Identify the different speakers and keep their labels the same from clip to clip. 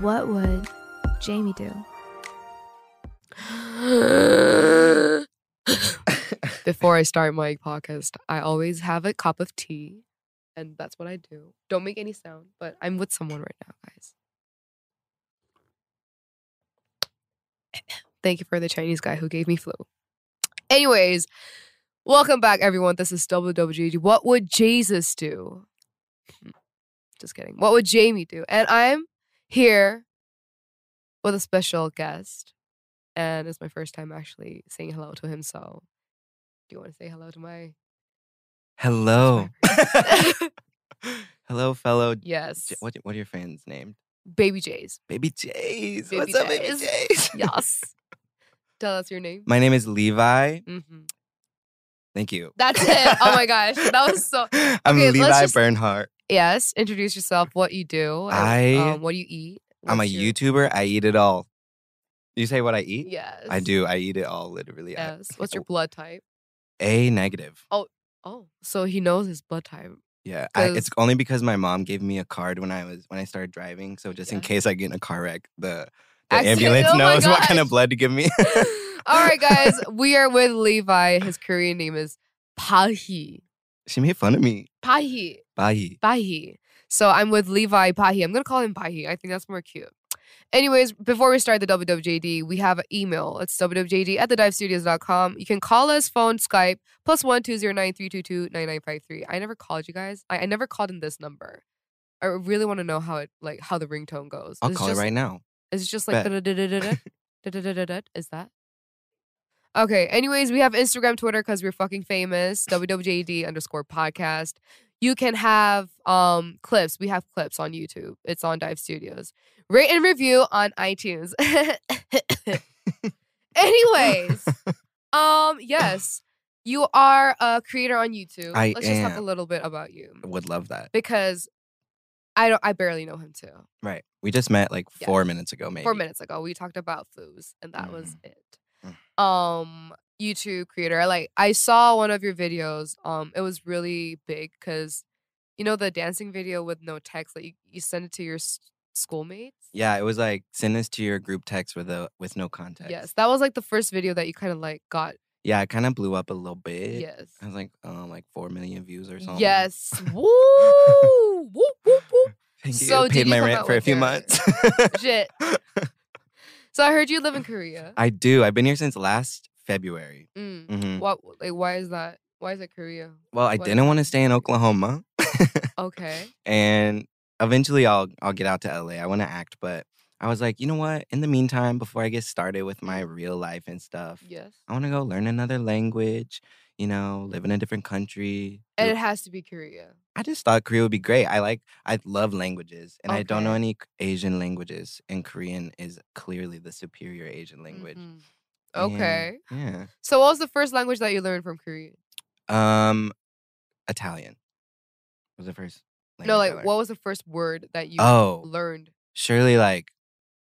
Speaker 1: What would Jamie do?
Speaker 2: Before I start my podcast, I always have a cup of tea, and that's what I do. Don't make any sound, but I'm with someone right now, guys. Thank you for the Chinese guy who gave me flu. Anyways, welcome back, everyone. This is WWJD. What would Jesus do? Hmm, Just kidding. What would Jamie do? And I'm here with a special guest, and it's my first time actually saying hello to him. So, do you want to say hello to my?
Speaker 3: Hello. Hello, fellow. J-
Speaker 2: yes,
Speaker 3: What, what are your fans named?
Speaker 2: baby J's.
Speaker 3: Baby J's.
Speaker 2: Baby
Speaker 3: What's up, Baby
Speaker 2: J's.
Speaker 3: J's?
Speaker 2: Yes. Tell us your name.
Speaker 3: My name is Levi.
Speaker 2: hmm
Speaker 3: Thank you.
Speaker 2: That's it. Oh my gosh, that was so.
Speaker 3: I'm
Speaker 2: Okay, let's
Speaker 3: Levi
Speaker 2: just-
Speaker 3: Bernhardt.
Speaker 2: Yes, introduce yourself. What you do?
Speaker 3: I-
Speaker 2: and, um, what do you eat?
Speaker 3: I'm a
Speaker 2: What's your-
Speaker 3: YouTuber. I eat it all. You say what I eat?
Speaker 2: Yes,
Speaker 3: I do. I eat it all, literally. I-
Speaker 2: Yes. What's your blood type?
Speaker 3: A negative.
Speaker 2: Oh, so he knows his blood type.
Speaker 3: Yeah. I, it's
Speaker 2: Because-
Speaker 3: only because my mom gave me a card when I was when I started driving. So just in
Speaker 2: Yeah.
Speaker 3: case I get in a car wreck, the, the
Speaker 2: Accident-
Speaker 3: ambulance
Speaker 2: oh my
Speaker 3: knows what kind of
Speaker 2: gosh.
Speaker 3: blood to give me.
Speaker 2: All right, guys, we are with Levi. His Korean name is Pahi.
Speaker 3: she made fun of me.
Speaker 2: Pahi.
Speaker 3: Bye.
Speaker 2: Pahi. So I'm with Levi Pahi. I'm gonna call him Pahi. I think that's more cute. Anyways, before we start the WWJD, we have an email. It's WWJD at thedivestudios.com. You can call us, phone, Skype, plus one two zero nine three two two nine nine five three. I never called you guys. I, I never called in this number. I really want to know how it like how the ringtone goes.
Speaker 3: I'll
Speaker 2: Is
Speaker 3: call
Speaker 2: just,
Speaker 3: it right now.
Speaker 2: Is it just like
Speaker 3: Bet.
Speaker 2: da-da-da-da-da-da? Da-da-da-da-da? Is that? Okay. Anyways, we have Instagram, Twitter, because we're fucking famous. WWJD underscore podcast. You can have um clips. We have clips on YouTube. It's on Dive Studios. Rate and review on iTunes. Anyways, um, yes. You are a creator on YouTube.
Speaker 3: I
Speaker 2: Let's just talk a
Speaker 3: am.
Speaker 2: little bit about you.
Speaker 3: Would love that.
Speaker 2: Because I don't I barely know him too.
Speaker 3: Right. We just met like
Speaker 2: Yeah.
Speaker 3: four minutes ago, maybe.
Speaker 2: four minutes ago we talked about flus and that was it
Speaker 3: Mm.
Speaker 2: um youtube creator like i saw one of your videos um it was really big because you know the dancing video with no text like you, you send it to your s- schoolmates
Speaker 3: Yeah, it was like send this to your group text with a with no context.
Speaker 2: yes that was like the first video that you kind of like got
Speaker 3: Yeah, it kind of blew up a little bit.
Speaker 2: yes
Speaker 3: I was like, um, like four million views or something.
Speaker 2: yes woo woo woo woo
Speaker 3: Thank you.
Speaker 2: So did
Speaker 3: paid
Speaker 2: you
Speaker 3: my
Speaker 2: come
Speaker 3: rent
Speaker 2: out
Speaker 3: for a
Speaker 2: with
Speaker 3: few
Speaker 2: your-
Speaker 3: months.
Speaker 2: shit so i heard you live in korea
Speaker 3: I do. I've been here since last February.
Speaker 2: mm.
Speaker 3: Mhm.
Speaker 2: what like why is that why is it korea
Speaker 3: Well, I
Speaker 2: What-
Speaker 3: didn't want to stay in Oklahoma,
Speaker 2: okay
Speaker 3: and eventually I'll I'll get out to LA. I want to act, but I was like, you know what? In the meantime, before I get started with my
Speaker 2: Mm.
Speaker 3: real life and stuff,
Speaker 2: yes
Speaker 3: I want to go learn another language. You know, live in a different country. do
Speaker 2: and it has to be korea
Speaker 3: I just thought Korea would be great. I like, I love languages, and I don't know
Speaker 2: Okay.
Speaker 3: any K- Asian languages, and Korean is clearly the superior Asian language.
Speaker 2: Mhm.
Speaker 3: And,
Speaker 2: Okay.
Speaker 3: Yeah.
Speaker 2: So what was the first language that you learned from Korean?
Speaker 3: Um, Italian was the first. Language
Speaker 2: no,
Speaker 3: I
Speaker 2: like
Speaker 3: learned.
Speaker 2: what was the first word that you
Speaker 3: Oh,
Speaker 2: learned?
Speaker 3: surely like,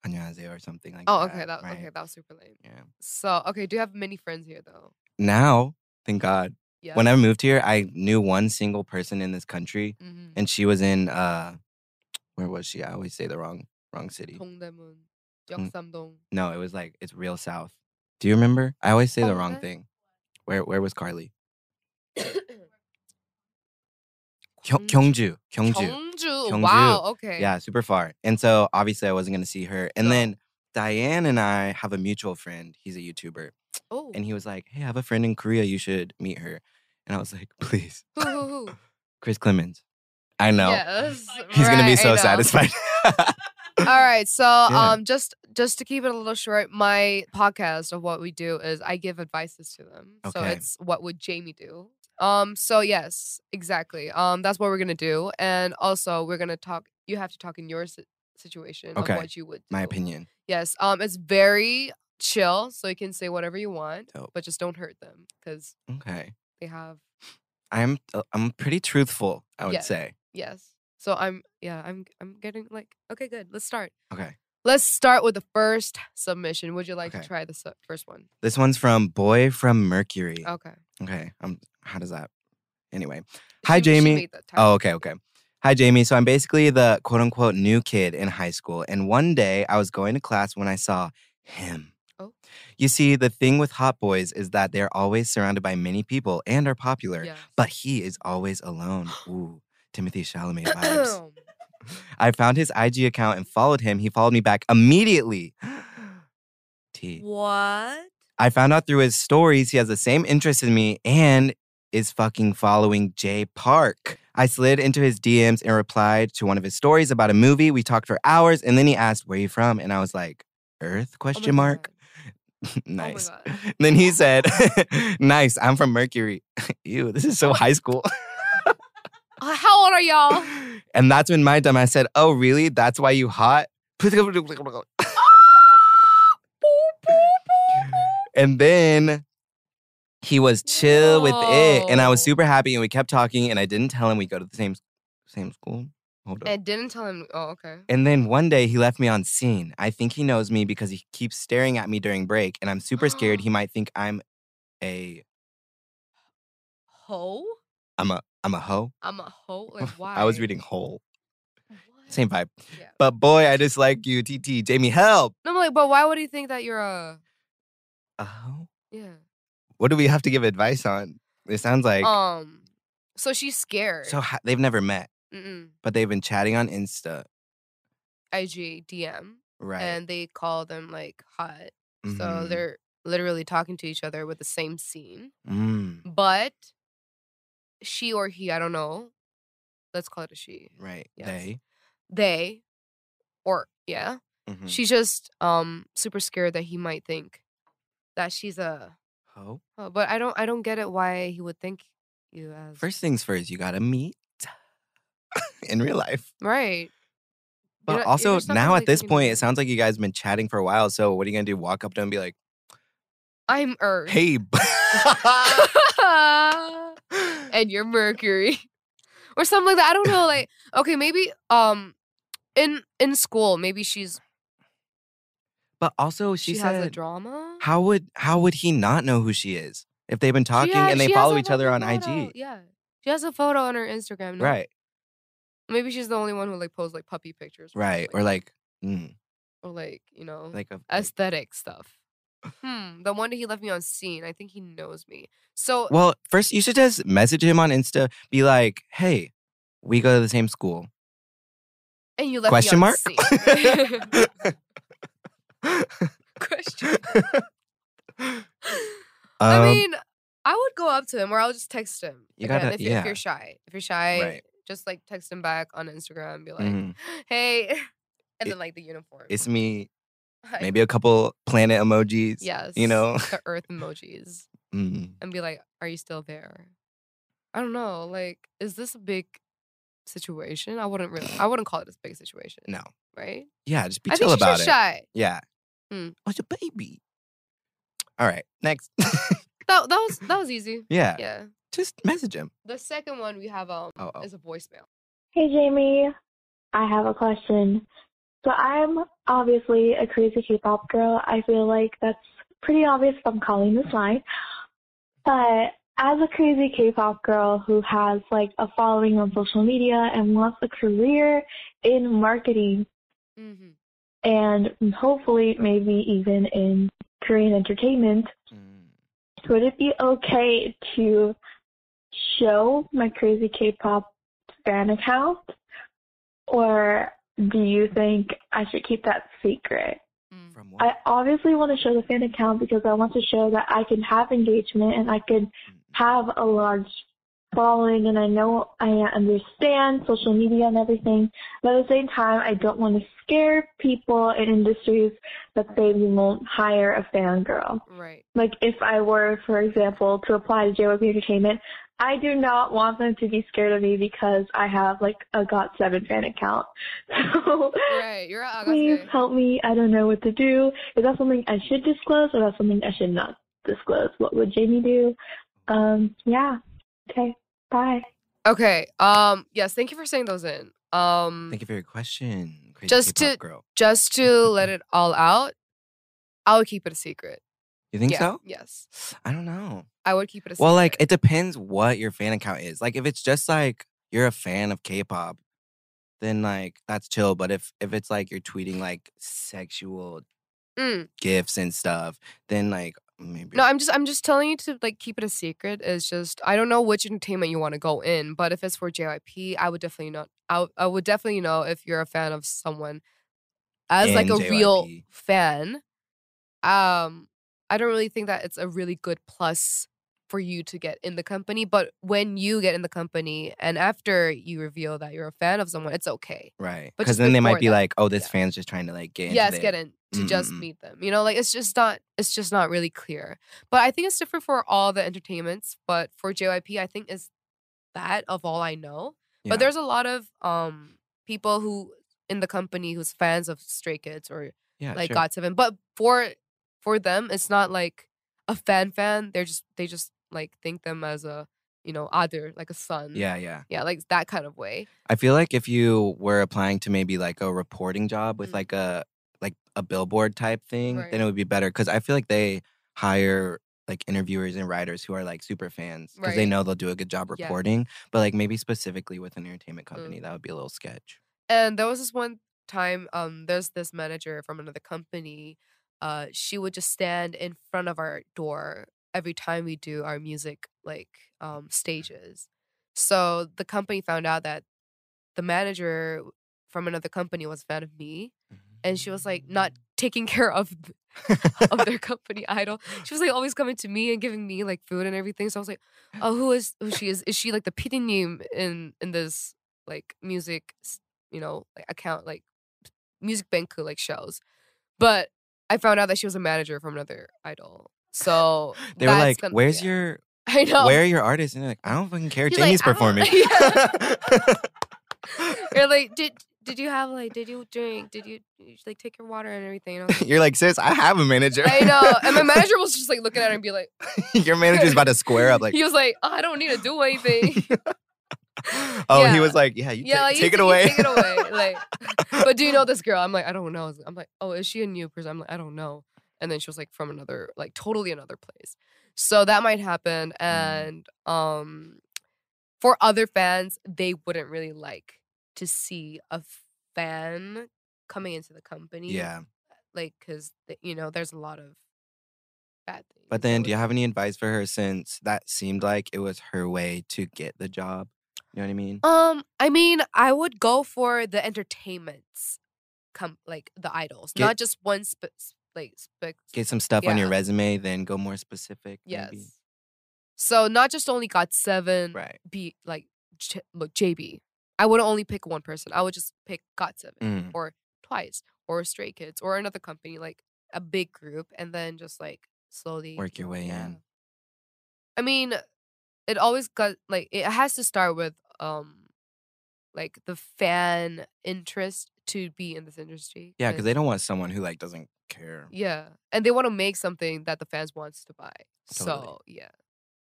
Speaker 3: 안녕하세요 or something like.
Speaker 2: Oh,
Speaker 3: that,
Speaker 2: okay, that okay,
Speaker 3: right?
Speaker 2: that was super lame.
Speaker 3: Yeah.
Speaker 2: So okay, do you have many friends here though?
Speaker 3: Now, thank God,
Speaker 2: Yeah.
Speaker 3: when I moved here, I knew one single person in this country,
Speaker 2: mm-hmm.
Speaker 3: and she was in uh, where was she? I always say the wrong wrong city.
Speaker 2: 동대문,
Speaker 3: 동-
Speaker 2: 역삼동.
Speaker 3: No, it was like it's real south. Do you remember? I always say
Speaker 2: Oh,
Speaker 3: the wrong
Speaker 2: okay.
Speaker 3: thing. Where where was Carly? Gyo- Gyeongju. Gyeongju.
Speaker 2: 경주.
Speaker 3: Gyeongju.
Speaker 2: Wow. Okay.
Speaker 3: Yeah, super far. And so obviously I wasn't gonna see her. And
Speaker 2: No.
Speaker 3: then Diane and I have a mutual friend. He's a YouTuber.
Speaker 2: Oh.
Speaker 3: And he was like, Hey, I have a friend in Korea, you should meet her. And I was like, please.
Speaker 2: who who who?
Speaker 3: Chris Clemens. I know.
Speaker 2: Yes.
Speaker 3: He's gonna be
Speaker 2: right, I
Speaker 3: so
Speaker 2: know.
Speaker 3: satisfied.
Speaker 2: All right, so
Speaker 3: Yeah.
Speaker 2: um, just just to keep it a little short, my podcast of what we do is I give advices to them. So
Speaker 3: Okay.
Speaker 2: it's what would Jamie do? Um, so yes, exactly. Um, that's what we're gonna do, and also we're gonna talk. You have to talk in your si- situation
Speaker 3: Okay.
Speaker 2: of what you would. Do.
Speaker 3: My opinion.
Speaker 2: Yes. Um, it's very chill, so you can say whatever you want,
Speaker 3: Dope.
Speaker 2: but just don't hurt them because
Speaker 3: Okay.
Speaker 2: they have
Speaker 3: I'm uh, I'm pretty truthful, I would
Speaker 2: Yeah.
Speaker 3: say.
Speaker 2: yes. So I'm yeah I'm I'm getting like okay good let's start.
Speaker 3: Okay.
Speaker 2: Let's start with the first submission. Would you like to
Speaker 3: Okay.
Speaker 2: try the su- first one?
Speaker 3: This one's from Boy from Mercury.
Speaker 2: Okay.
Speaker 3: Okay. Um, how does that? Anyway. Hi,
Speaker 2: She- she
Speaker 3: Jamie.
Speaker 2: made that
Speaker 3: Oh,
Speaker 2: title.
Speaker 3: okay, okay. Hi, Jamie. So I'm basically the quote unquote new kid in high school. And one day I was going to class when I saw him.
Speaker 2: Oh.
Speaker 3: You see, the thing with hot boys is that they're always surrounded by many people and are popular,
Speaker 2: Yes.
Speaker 3: but he is always alone. Ooh, Timothy Chalamet vibes. I found his IG account and followed him. He followed me back immediately. T.
Speaker 4: What?
Speaker 3: I found out through his stories he has the same interest in me and is fucking following Jay Park. I slid into his DMs and replied to one of his stories about a movie. We talked for hours and then he asked, "Where you from?" and I was like, "Earth?"
Speaker 2: Oh my
Speaker 3: question mark.
Speaker 2: God.
Speaker 3: nice.
Speaker 2: Oh my god.
Speaker 3: Then he said, "Nice. I'm from Mercury." Ew, this is so
Speaker 2: Oh
Speaker 3: high school.
Speaker 2: Uh, How old are y'all?
Speaker 3: and that's when my dumb I said, "Oh, really? That's why you hot?" and then he was chill with it, and I was
Speaker 2: Whoa.
Speaker 3: super happy, and we kept talking, and I didn't tell him we go to the same same school. Hold up.
Speaker 2: I didn't tell him. Oh, okay.
Speaker 3: And then one day he left me on scene. I think he knows me because he keeps staring at me during break, and I'm super scared he might think I'm a
Speaker 4: Ho?
Speaker 3: I'm a I'm a hoe.
Speaker 2: I'm a hoe. Like why?
Speaker 3: I was reading whole.
Speaker 2: What?
Speaker 3: Same vibe.
Speaker 2: Yeah.
Speaker 3: But boy, I dislike you, TT. Jamie, help.
Speaker 2: No, but like, but why would he think that you're a
Speaker 3: A hoe?
Speaker 2: yeah?
Speaker 3: What do we have to give advice on? It sounds like
Speaker 2: um. So she's scared.
Speaker 3: so ha- they've never met,
Speaker 2: Mm-mm.
Speaker 3: but they've been chatting on Insta,
Speaker 2: IG DM,
Speaker 3: right?
Speaker 2: and they call them like hot. So
Speaker 3: Mhm.
Speaker 2: they're literally talking to each other with the same scene,
Speaker 3: Mm,
Speaker 2: but she or he, I don't know. Let's call it a she.
Speaker 3: right.
Speaker 2: Yes.
Speaker 3: They.
Speaker 2: They, or yeah,
Speaker 3: mhm.
Speaker 2: she's just um super scared that he might think that she's a.
Speaker 3: hoe.
Speaker 2: Oh, but I don't. I don't get it. Why he would think you as
Speaker 3: First things first, you gotta meet in real life.
Speaker 2: right?
Speaker 3: But
Speaker 2: not-
Speaker 3: also
Speaker 2: there's not
Speaker 3: now
Speaker 2: really
Speaker 3: at this
Speaker 2: thinking
Speaker 3: point,
Speaker 2: about
Speaker 3: it
Speaker 2: it.
Speaker 3: sounds like you guys been chatting for a while. So what are you gonna do? Walk up to him and be like,
Speaker 2: I'm Earth.
Speaker 3: "Hey." b-
Speaker 2: and you're Mercury, or something like that. I don't know. Like, okay, maybe um, in in school, maybe she's
Speaker 3: but also, she,
Speaker 2: she,
Speaker 3: said,
Speaker 2: has a drama.
Speaker 3: "How would how would he not know who she is if they've been talking
Speaker 2: She ha-
Speaker 3: and they
Speaker 2: she has
Speaker 3: follow
Speaker 2: a
Speaker 3: each other on
Speaker 2: fucking
Speaker 3: IG?"
Speaker 2: photo. Yeah, she has a photo on her Instagram. no?
Speaker 3: Right,
Speaker 2: Maybe she's the only one who like posts like puppy pictures. something
Speaker 3: right, or like, mm,
Speaker 2: or like you know
Speaker 3: like a like-
Speaker 2: aesthetic stuff. Hmm. The one that he left me on scene. I think he knows me. So
Speaker 3: Well, first you should just message him on Insta. Be like, "Hey, we go to the same school."
Speaker 2: and you left
Speaker 3: question
Speaker 2: me
Speaker 3: mark?
Speaker 2: on scene. question. I
Speaker 3: Um,
Speaker 2: mean, I would go up to him or I'll just text him.
Speaker 3: You
Speaker 2: Again,
Speaker 3: gotta-
Speaker 2: if, you're, if
Speaker 3: yeah.
Speaker 2: you're shy. If you're shy,
Speaker 3: Right.
Speaker 2: just like text him back on Instagram and be like,
Speaker 3: mhm.
Speaker 2: hey. And
Speaker 3: It-
Speaker 2: then like the uniform.
Speaker 3: it's me.
Speaker 2: Hi.
Speaker 3: Maybe a couple planet emojis.
Speaker 2: Yes.
Speaker 3: you know.
Speaker 2: The earth emojis.
Speaker 3: Mm.
Speaker 2: And be like, are you still there? I don't know. Like, is this a big situation? I wouldn't really I wouldn't call it a big situation.
Speaker 3: No.
Speaker 2: Right?
Speaker 3: Yeah, just be
Speaker 2: I
Speaker 3: chill
Speaker 2: think she's
Speaker 3: about
Speaker 2: just
Speaker 3: it.
Speaker 2: shy.
Speaker 3: Yeah.
Speaker 2: Mm.
Speaker 3: What's a baby? All right, next.
Speaker 2: That that was that was easy.
Speaker 3: yeah,
Speaker 2: Yeah.
Speaker 3: just message him.
Speaker 2: The second one we have um
Speaker 3: Oh, oh.
Speaker 2: is a voicemail.
Speaker 5: Hey Jamie, I have a question. So I'm obviously a crazy K-pop girl. I feel like that's pretty obvious if I'm calling this line. But as a crazy K-pop girl who has like a following on social media and wants a career in marketing
Speaker 2: Mm-hmm.
Speaker 5: and hopefully maybe even in Korean entertainment,
Speaker 3: Mm,
Speaker 5: would it be okay to show my crazy K-pop fan account, or do you think I should keep that secret?
Speaker 2: mm-hmm. Hmm.
Speaker 3: From
Speaker 5: I obviously want to show the fan account because I want to show that I can have engagement and I can
Speaker 3: Mm.
Speaker 2: Hmm.
Speaker 5: have a large following and I know I understand social media and everything. But at the same time, I don't want to scare people in industries that say we won't hire a fangirl
Speaker 2: Right.
Speaker 5: like if I were, for example, to apply to JYP Entertainment, I do not want them to be scared of me because I have like a Got7 fan account. So
Speaker 2: Right. You're a
Speaker 5: please
Speaker 2: agave.
Speaker 5: help me. I don't know what to do. Is that something I should disclose or that's something I should not disclose? What would Jamie do? Um, yeah. Okay. Bye.
Speaker 2: Okay. Um. Yes. Thank you for saying those in. Um.
Speaker 3: Thank you for your question. Crazy
Speaker 2: Just
Speaker 3: K-pop
Speaker 2: to-
Speaker 3: girl.
Speaker 2: Just to let it all out, I would keep it a secret.
Speaker 3: You think
Speaker 2: yeah.
Speaker 3: so?
Speaker 2: Yes.
Speaker 3: I don't know.
Speaker 2: I would keep it a secret.
Speaker 3: Well, like it depends what your fan account is. Like if it's just like you're a fan of K-pop, then like that's chill. But if if it's like you're tweeting like sexual
Speaker 2: Mm.
Speaker 3: gifts and stuff, then like maybe
Speaker 2: No, I'm just I'm just telling you to like keep it a secret. It's just I don't know which entertainment you want to go in, but if it's for JYP, I would definitely not. I, w- I would definitely know if you're a fan of someone as like
Speaker 3: In
Speaker 2: a real
Speaker 3: JYP.
Speaker 2: fan. Um, I don't really think that it's a really good plus for you to get in the company, but when you get in the company and after you reveal that you're a fan of someone, it's okay.
Speaker 3: right
Speaker 2: but
Speaker 3: because
Speaker 2: just
Speaker 3: then they might
Speaker 2: before
Speaker 3: be
Speaker 2: that,
Speaker 3: like, oh, this
Speaker 2: yeah.
Speaker 3: fan's just trying to like get into
Speaker 2: yes
Speaker 3: the-
Speaker 2: get in to just
Speaker 3: Mm-mm-mm.
Speaker 2: meet them you know like it's just not it's just not really clear but i think it's different for all the entertainments but for jyp i think is that of all i know
Speaker 3: Yeah.
Speaker 2: but there's a lot of um people who in the company who's fans of stray kids or
Speaker 3: yeah,
Speaker 2: like
Speaker 3: sure.
Speaker 2: got seven but for for them it's not like a fan fan they're just they just like think them as a you know other like a son
Speaker 3: Yeah, yeah.
Speaker 2: yeah like that kind of way
Speaker 3: I feel like if you were applying to maybe like a reporting job with
Speaker 2: Mm.
Speaker 3: like a like a billboard type thing,
Speaker 2: Right.
Speaker 3: then it would be better because I feel like they hire like interviewers and writers who are like super fans because they
Speaker 2: Right.
Speaker 3: know they'll do a good job
Speaker 2: Yeah.
Speaker 3: reporting. But like maybe specifically with an entertainment company, that would be a little sketch.
Speaker 2: And there was this one time, um, there's this manager from another company. Uh, she would just stand in front of our door every time we do our music like um stages. So the company found out that the manager from another company was a fan of me, and she was like
Speaker 3: Mm.
Speaker 2: not taking care of of their company idol. She was like always coming to me and giving me like food and everything. So I was like, oh, who is who she is? Is she like the pity name in in this like music, s- you know, like account like music bank like shows? But I found out that she was a manager from another idol. So
Speaker 3: they were
Speaker 2: that's
Speaker 3: like,
Speaker 2: gonna-
Speaker 3: "Where's
Speaker 2: yeah.
Speaker 3: your
Speaker 2: I know.
Speaker 3: where are your artists?" And they're like, "I don't fucking care.
Speaker 2: He's like,
Speaker 3: Jamie's
Speaker 2: "I don't-"
Speaker 3: performing."
Speaker 2: Or like did did you have like did you drink did you like take your water and everything? And I was like,
Speaker 3: You're like, sis, I have a manager.
Speaker 2: I know. And my manager was just like looking at her and be like,
Speaker 3: Your manager's about to square up. Like,
Speaker 2: he was like, "Oh, I don't need to do anything.
Speaker 3: oh, he
Speaker 2: Yeah.
Speaker 3: was like, yeah, you
Speaker 2: yeah,
Speaker 3: ta-
Speaker 2: like, you
Speaker 3: take it
Speaker 2: t- you
Speaker 3: away.
Speaker 2: Take it away. Like, but do you know this girl? I'm like, I don't know. I'm like, oh, is she a new person? I'm like, I don't know. And then she was like from another, like totally another place. So that might happen.
Speaker 3: Mm.
Speaker 2: And um, for other fans, they wouldn't really like to see a fan coming into the company.
Speaker 3: yeah.
Speaker 2: like because you know, there's a lot of bad things.
Speaker 3: But
Speaker 2: that
Speaker 3: then,
Speaker 2: would
Speaker 3: do you have any advice for her since that seemed like it was her way to get the job? You know what I mean?
Speaker 2: Um, I mean, I would go for the entertainments, com- like the idols,
Speaker 3: Get-
Speaker 2: not just one spe- s- like spec.
Speaker 3: Get some stuff on your
Speaker 2: yeah.
Speaker 3: resume, then go more specific.
Speaker 2: yes. Mm.
Speaker 3: Maybe.
Speaker 2: So not just only got seven.
Speaker 3: Right.
Speaker 2: Be like, J- look, JB. I would only pick one person. I would just pick Got Seven
Speaker 3: Mm.
Speaker 2: or Twice or Stray Kids or another company, like a big group, and then just like slowly
Speaker 3: Work your way in.
Speaker 2: I mean, it always got like it has to start with um like the fan interest to be in this industry.
Speaker 3: Yeah, because they don't want someone who like doesn't care.
Speaker 2: Yeah. And they want to make something that the fans wants to buy.
Speaker 3: Totally.
Speaker 2: So yeah.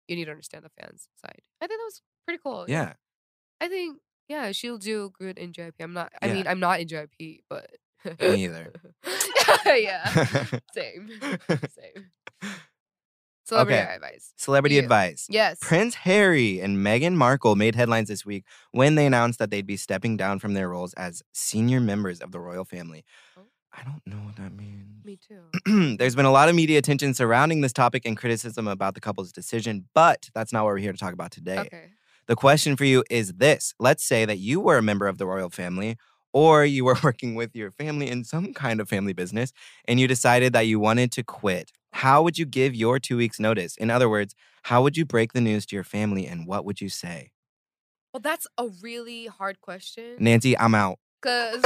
Speaker 2: You need to understand the fans side. I think that was pretty cool.
Speaker 3: Yeah.
Speaker 2: I think yeah, she'll do good in JYP. I'm not I
Speaker 3: Yeah.
Speaker 2: mean I'm not in JYP, but
Speaker 3: Me either.
Speaker 2: yeah. Same. Same. Celebrity
Speaker 3: Okay.
Speaker 2: advice.
Speaker 3: Celebrity
Speaker 2: You.
Speaker 3: advice.
Speaker 2: Yes.
Speaker 3: Prince Harry and Meghan Markle made headlines this week when they announced that they'd be stepping down from their roles as senior members of the royal family.
Speaker 2: Oh.
Speaker 3: I don't know what that means.
Speaker 2: Me too.
Speaker 3: There's been a lot of media attention surrounding this topic and criticism about the couple's decision, but that's not what we're here to talk about today.
Speaker 2: Okay.
Speaker 3: The question for you is this Let's say that you were a member of the royal family, or you were working with your family in some kind of family business, and you decided that you wanted to quit. How would you give your two weeks' notice? In other words, how would you break the news to your family, and what would you say?
Speaker 2: Well, that's a really hard question.
Speaker 3: Nancy, I'm out.
Speaker 2: Cause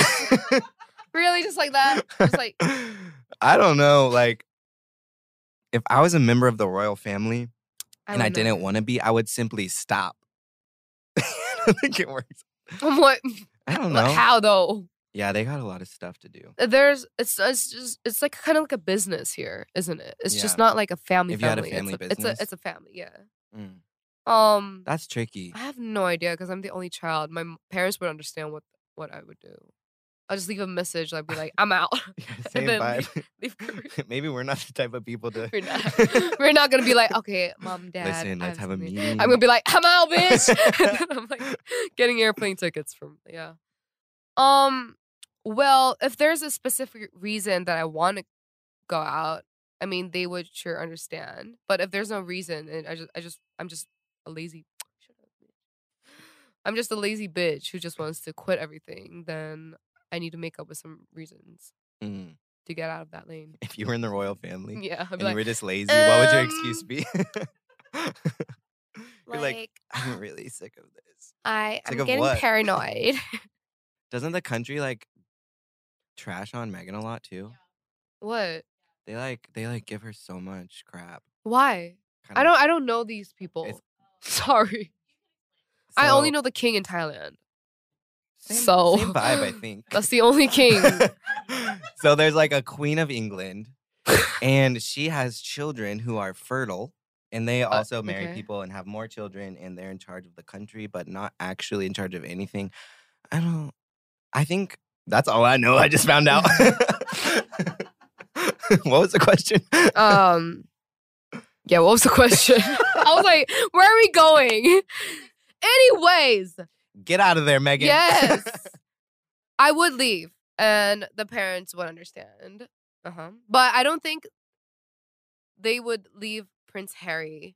Speaker 2: really, just like that, Um, just like
Speaker 3: I don't know. Like, if I was a member of the royal family, and I
Speaker 2: don't know.
Speaker 3: didn't want to be, I would simply stop. I don't think it works.
Speaker 2: I'm like,
Speaker 3: I don't
Speaker 2: like,
Speaker 3: know.
Speaker 2: how though? Uh,
Speaker 3: Yeah, they got a lot of stuff to do.
Speaker 2: There's it's it's just it's like kind of like a business here, isn't it? It's just not like a family.
Speaker 3: If you had a
Speaker 2: family. it's
Speaker 3: family
Speaker 2: a, it's
Speaker 3: business.
Speaker 2: a it's a family. Yeah.
Speaker 3: Mm,
Speaker 2: Um,
Speaker 3: That's tricky.
Speaker 2: I have no idea because I'm the only child. My m- parents would understand what what I would do. I'll just leave a message. I'd be like, I'm out.
Speaker 3: Yeah, Same
Speaker 2: then
Speaker 3: vibe.
Speaker 2: leave Korea.
Speaker 3: Maybe we're not the type of people to.
Speaker 2: We're not, we're not gonna be like, okay, mom, dad.
Speaker 3: Listen,
Speaker 2: I
Speaker 3: let's have a
Speaker 2: something."
Speaker 3: meeting.
Speaker 2: I'm gonna be like, I'm out, bitch. And then I'm like getting airplane tickets from yeah. Um, well, if there's a specific reason that I want to go out, I mean, they would sure understand. But if there's no reason, and I just, I just, I'm just a lazy. Shut up, bitch. I'm just a lazy bitch who just wants to quit everything. Then I need to make up with some reasons
Speaker 3: Mm.
Speaker 2: to get out of that lane.
Speaker 3: If you were in the royal family
Speaker 2: Yeah,
Speaker 3: and
Speaker 2: I'd be
Speaker 3: you
Speaker 2: like,
Speaker 3: were just lazy, what would your
Speaker 2: um,
Speaker 3: excuse be? You're like,
Speaker 2: like,
Speaker 3: I'm really sick of this.
Speaker 2: I
Speaker 3: Sick
Speaker 2: am
Speaker 3: of
Speaker 2: getting
Speaker 3: what?
Speaker 2: paranoid.
Speaker 3: Doesn't the country like trash on Megan a lot too?
Speaker 2: what?
Speaker 3: They like they like give her so much crap.
Speaker 2: Why? I
Speaker 3: kinda.
Speaker 2: don't. I don't know these people. Sorry, I only
Speaker 3: So,
Speaker 2: know the king in Thailand.
Speaker 3: same-
Speaker 2: so-
Speaker 3: same vibe, I think.
Speaker 2: That's the only king.
Speaker 3: so there's like a queen of England, and she has children who are fertile, and they also marry
Speaker 2: Uh, okay.
Speaker 3: people and have more children, and they're in charge of the country, but not actually in charge of anything. I don't. I think that's all I know. I just found out. what was the question?
Speaker 2: um. Yeah. What was the question? I was like, where are we going? Anyways,
Speaker 3: Get out of there, Megan.
Speaker 2: yes, I would leave, and the parents would understand. Uh
Speaker 3: Uh-huh.
Speaker 2: huh. But I don't think they would leave Prince Harry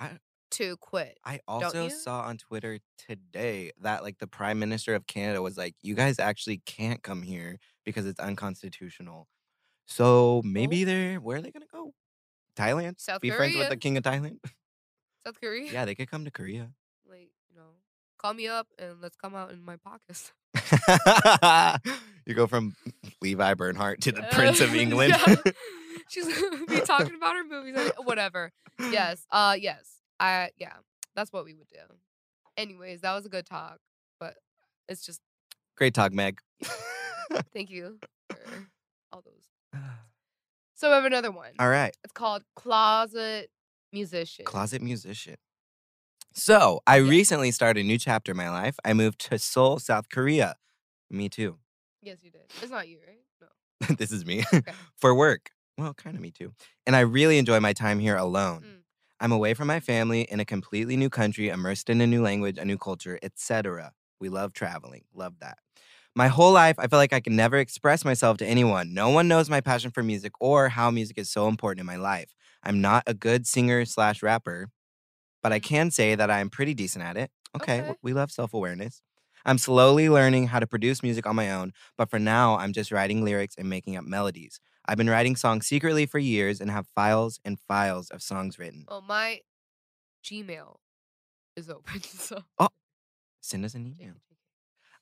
Speaker 3: I-
Speaker 2: to quit.
Speaker 3: I also
Speaker 2: you?
Speaker 3: saw on Twitter today that like the Prime Minister of Canada was like, "You guys actually can't come here because it's unconstitutional."
Speaker 2: Oh.
Speaker 3: So maybe they're where are they gonna go? Thailand?
Speaker 2: South
Speaker 3: Be friends with the
Speaker 2: Oh, Korea?
Speaker 3: King of Thailand?
Speaker 2: South Korea.
Speaker 3: yeah, they could come to Korea.
Speaker 2: Like you know, call me up and let's come out in my pockets.
Speaker 3: you go from Levi Bernhardt to the Prince of
Speaker 2: Uh,
Speaker 3: England.
Speaker 2: yeah. She's gonna be talking about her movies. and Whatever. Yes. Uh. Yes. I. Yeah. That's what we would do. Anyways, that was a good talk, but it's just
Speaker 3: Great talk, Meg.
Speaker 2: thank you for all those. So we have another one.
Speaker 3: All right.
Speaker 2: It's called Closet Musician.
Speaker 3: Closet musician. So I recently started a new chapter in my life. I moved to Seoul, South Korea. Me too.
Speaker 2: Yes, you did. It's not you, right? No.
Speaker 3: this is me.
Speaker 2: Okay.
Speaker 3: For work. Well, kind of me too. And I really enjoy my time here alone.
Speaker 2: Mm.
Speaker 3: I'm away from my family in a completely new country, immersed in a new language, a new culture, etc. We love traveling. Love that. My whole life, I feel like I can never express myself to anyone. No one knows my passion for music or how music is so important in my life. I'm not a good singer slash rapper, but I
Speaker 2: Mm.
Speaker 3: can say that I am pretty decent at it. Okay,
Speaker 2: Okay.
Speaker 3: we love self awareness. I'm slowly learning how to produce music on my own, but for now, I'm just writing lyrics and making up melodies. I've been writing songs secretly for years and have files and files of songs written.
Speaker 2: Well, Oh, my Gmail is open. So
Speaker 3: Send us an
Speaker 2: JK,
Speaker 3: email.
Speaker 2: JK.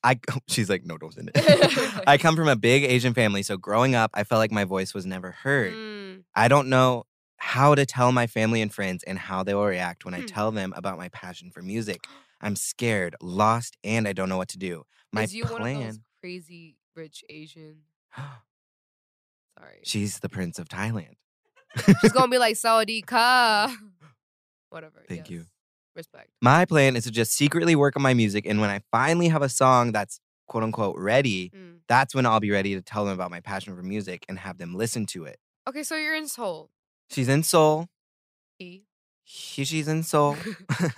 Speaker 3: I she's like, no, don't send it. I come from a big Asian family, so growing up, I felt like my voice was never heard.
Speaker 2: Mm,
Speaker 3: I don't know how to tell my family and friends and how they will react when I
Speaker 2: Hmm.
Speaker 3: tell them about my passion for music. I'm scared, lost, and I don't know what to do. My
Speaker 2: is you one of those
Speaker 3: plan.
Speaker 2: crazy rich Asian? Sorry.
Speaker 3: she's the prince of Thailand.
Speaker 2: She's gonna be like Saudi ka. Whatever.
Speaker 3: Thank you.
Speaker 2: yes. Respect.
Speaker 3: My plan is to just secretly work on my music, and when I finally have a song that's quote unquote ready,
Speaker 2: Mm.
Speaker 3: that's when I'll be ready to tell them about my passion for music and have them listen to it.
Speaker 2: Okay, so you're in Seoul.
Speaker 3: She's in Seoul.
Speaker 2: E.
Speaker 3: He, she's in Seoul.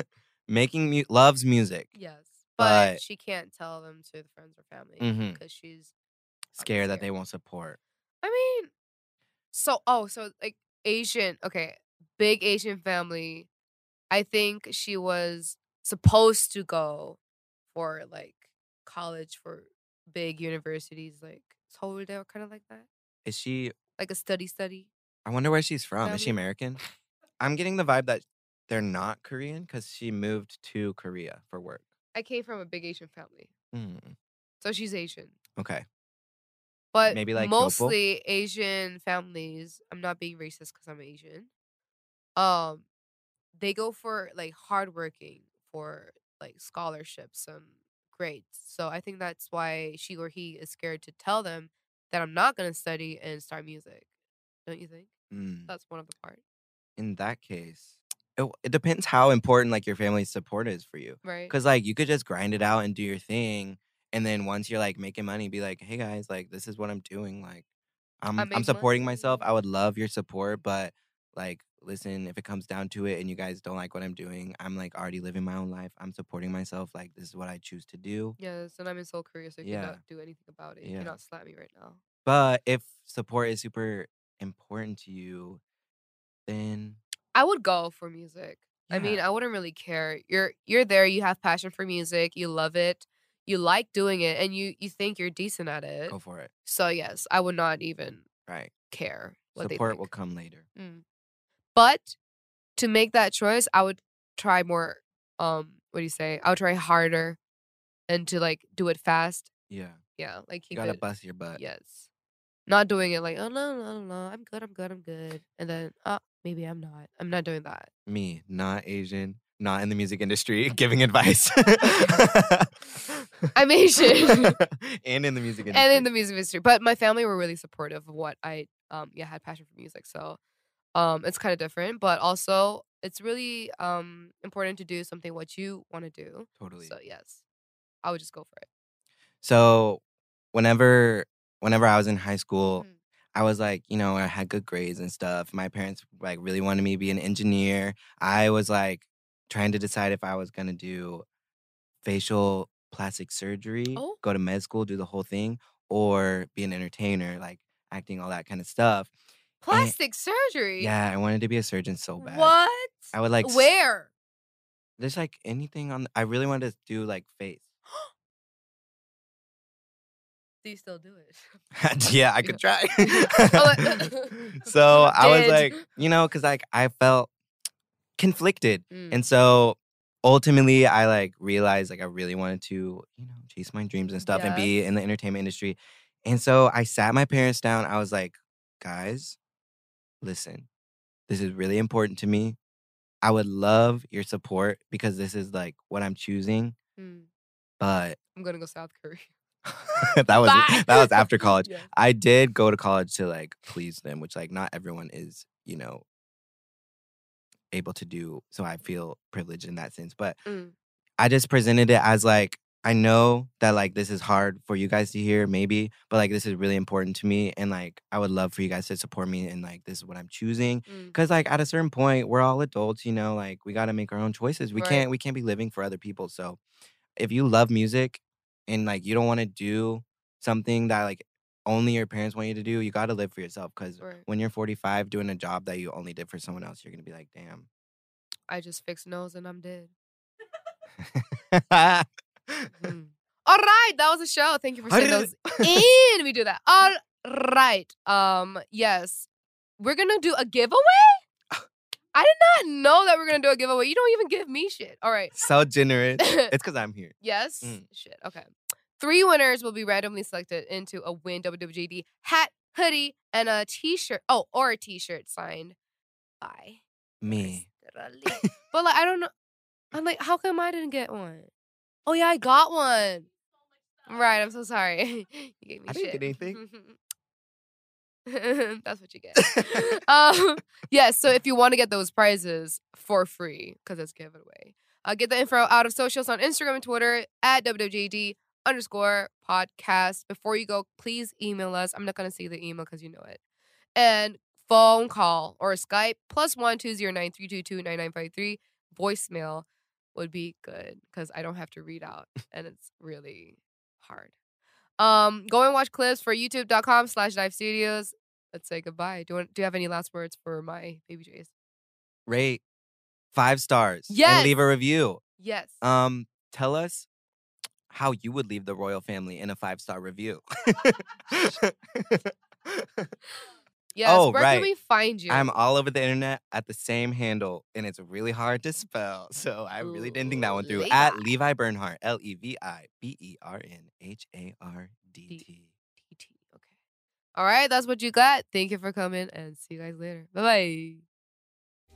Speaker 3: Making mu- loves music.
Speaker 2: yes. But,
Speaker 3: But-
Speaker 2: she can't tell them to the friends or family because
Speaker 3: Mhm.
Speaker 2: she's
Speaker 3: Scared that they
Speaker 2: scared.
Speaker 3: won't support.
Speaker 2: I mean so oh, so like Asian okay, big Asian family. I think she was supposed to go for like college for big universities like Seoul they were kind of like that.
Speaker 3: Is she?
Speaker 2: Like a study study.
Speaker 3: I wonder where she's from. Is she
Speaker 2: Family.
Speaker 3: American? I'm getting the vibe that they're not Korean because she moved to Korea for work.
Speaker 2: I came from a big Asian family.
Speaker 3: Mm,
Speaker 2: So she's Asian.
Speaker 3: okay.
Speaker 2: But
Speaker 3: Maybe, like, Yopo?
Speaker 2: mostly Asian families. I'm not being racist because I'm Asian. Um, they go for like hardworking for like scholarships and grades. So I think that's why she or he is scared to tell them that I'm not gonna study and start music. Don't you think?
Speaker 3: Mm.
Speaker 2: That's one of the part,
Speaker 3: In that case, it, w- it depends how important like your family's support is for you.
Speaker 2: right?
Speaker 3: Because like you could just grind it out and do your thing, and then once you're like making money, be like, "Hey guys, like this is what I'm doing. Like, I'm I'm
Speaker 2: make
Speaker 3: supporting myself.
Speaker 2: money."
Speaker 3: I would love your support, but like listen, if it comes down to it and you guys don't like what I'm doing, I'm like already living my own life. I'm supporting myself. Like, this is what I choose to do.
Speaker 2: Yes, and I'm in Seoul, Korea, so you
Speaker 3: Yeah.
Speaker 2: cannot do anything about it. You
Speaker 3: Yeah.
Speaker 2: cannot slap me right now.
Speaker 3: But if support is super important to you, then
Speaker 2: I would go for music. I mean,
Speaker 3: yeah.
Speaker 2: I wouldn't really care. You're you're there, you have passion for music, you love it, you like doing it, and you you think you're decent at it.
Speaker 3: go for it.
Speaker 2: So yes, I would not even
Speaker 3: Right.
Speaker 2: care what they
Speaker 3: support
Speaker 2: pick.
Speaker 3: will come later.
Speaker 2: Mm. But to make that choice, I would try more. Um, what do you say? I would try harder, and to like do it fast.
Speaker 3: Yeah.
Speaker 2: Yeah, like keep
Speaker 3: You gotta
Speaker 2: it.
Speaker 3: bust your butt.
Speaker 2: Yes, not doing it like oh no no no I'm good I'm good I'm good, and then uh maybe I'm not I'm not doing that.
Speaker 3: Me, not Asian, not in the music industry, giving advice.
Speaker 2: I'm Asian.
Speaker 3: and in the music industry.
Speaker 2: and in the music industry. But my family were really supportive of what I um yeah had passion for music, so um it's kind of different. But also it's really um important to do something what you want to do.
Speaker 3: totally.
Speaker 2: So yes, I would just go for it.
Speaker 3: So whenever whenever I was in high school,
Speaker 2: Mm.
Speaker 3: I was like, you know, I had good grades and stuff. My parents like really wanted me to be an engineer. I was like trying to decide if I was gonna do facial plastic surgery,
Speaker 2: Oh.
Speaker 3: go to med school, do the whole thing, or be an entertainer, like acting, all that kind of stuff.
Speaker 2: Plastic surgery.
Speaker 3: Yeah, I wanted to be a surgeon so bad.
Speaker 2: What?
Speaker 3: I would like s-
Speaker 2: Where?
Speaker 3: There's like anything on. I really wanted to do like face.
Speaker 2: Do you still do it?
Speaker 3: yeah, I could try. so
Speaker 2: Oh,
Speaker 3: I was
Speaker 2: dead.
Speaker 3: like, you know, because like I felt conflicted,
Speaker 2: Mm.
Speaker 3: and so ultimately I like realized like I really wanted to, you know, chase my dreams and stuff and be in the entertainment industry, and so I sat my parents down. I was like, guys, listen, this is really important to me. I would love your support because this is like what I'm choosing,
Speaker 2: Mm.
Speaker 3: but
Speaker 2: I'm gonna go South Korea.
Speaker 3: that was
Speaker 2: Bye.
Speaker 3: that was after college.
Speaker 2: Yeah.
Speaker 3: I did go to college to like please them, which like not everyone is, you know, able to do. So I feel privileged in that sense. But
Speaker 2: Mm.
Speaker 3: I just presented it as like, I know that like this is hard for you guys to hear, maybe, but like this is really important to me. And like I would love for you guys to support me and like this is what I'm choosing.
Speaker 2: Mm.
Speaker 3: Cause like at a certain point, we're all adults, you know, like we gotta make our own choices. We
Speaker 2: Right.
Speaker 3: can't we can't be living for other people. So if you love music and like you don't wanna do something that like only your parents want you to do, you gotta live for yourself. Cause
Speaker 2: Right.
Speaker 3: when you're 45 doing a job that you only did for someone else, you're gonna be like, damn.
Speaker 2: I just fixed nose and I'm dead.
Speaker 3: All
Speaker 2: Mm. All right, that was a show. Thank you for sending those
Speaker 3: right.
Speaker 2: in. We do that. All right. Um, yes. We're gonna do a giveaway? I did not know that we're gonna do a giveaway. You don't even give me shit. All right.
Speaker 3: so generous. It's because I'm here.
Speaker 2: yes?
Speaker 3: Mm.
Speaker 2: Shit. Okay. Three winners will be randomly selected into a win WWJD hat, hoodie, and a t-shirt. Oh, or a t-shirt signed by
Speaker 3: Me.
Speaker 2: Crystal Lee. but like I don't know. I'm like, how come I didn't get one? Oh yeah, I got one. Right, I'm so sorry. you gave me
Speaker 3: I didn't
Speaker 2: shit.
Speaker 3: get anything.
Speaker 2: That's what you get. um, yeah, so if you want to get those prizes for free, because it's giveaway, uh, get the info out of socials on Instagram and Twitter at WWJD underscore podcast. Before you go, please email us. I'm not going to say the email because you know it. And phone call or Skype plus one two zero nine three two two nine nine five three voicemail would be good because I don't have to read out and it's really hard. Um, go and watch clips for youtube.com slash dive studios. Let's say goodbye. Do you, want, do you have any last words for my baby J's?
Speaker 3: Rate five stars.
Speaker 2: Yes.
Speaker 3: And leave a review.
Speaker 2: Yes.
Speaker 3: Um, tell us how you would leave the royal family in a five star review.
Speaker 2: yes.
Speaker 3: oh,
Speaker 2: Where
Speaker 3: right.
Speaker 2: can we find you?
Speaker 3: I'm all over the internet at the same handle, and it's really hard to spell. So I really didn't think that one through. At Levi Bernhardt, L E V I B E R N H A R D T.
Speaker 2: TT. Okay. All right. That's what you got. Thank you for coming and see you guys later. Bye bye.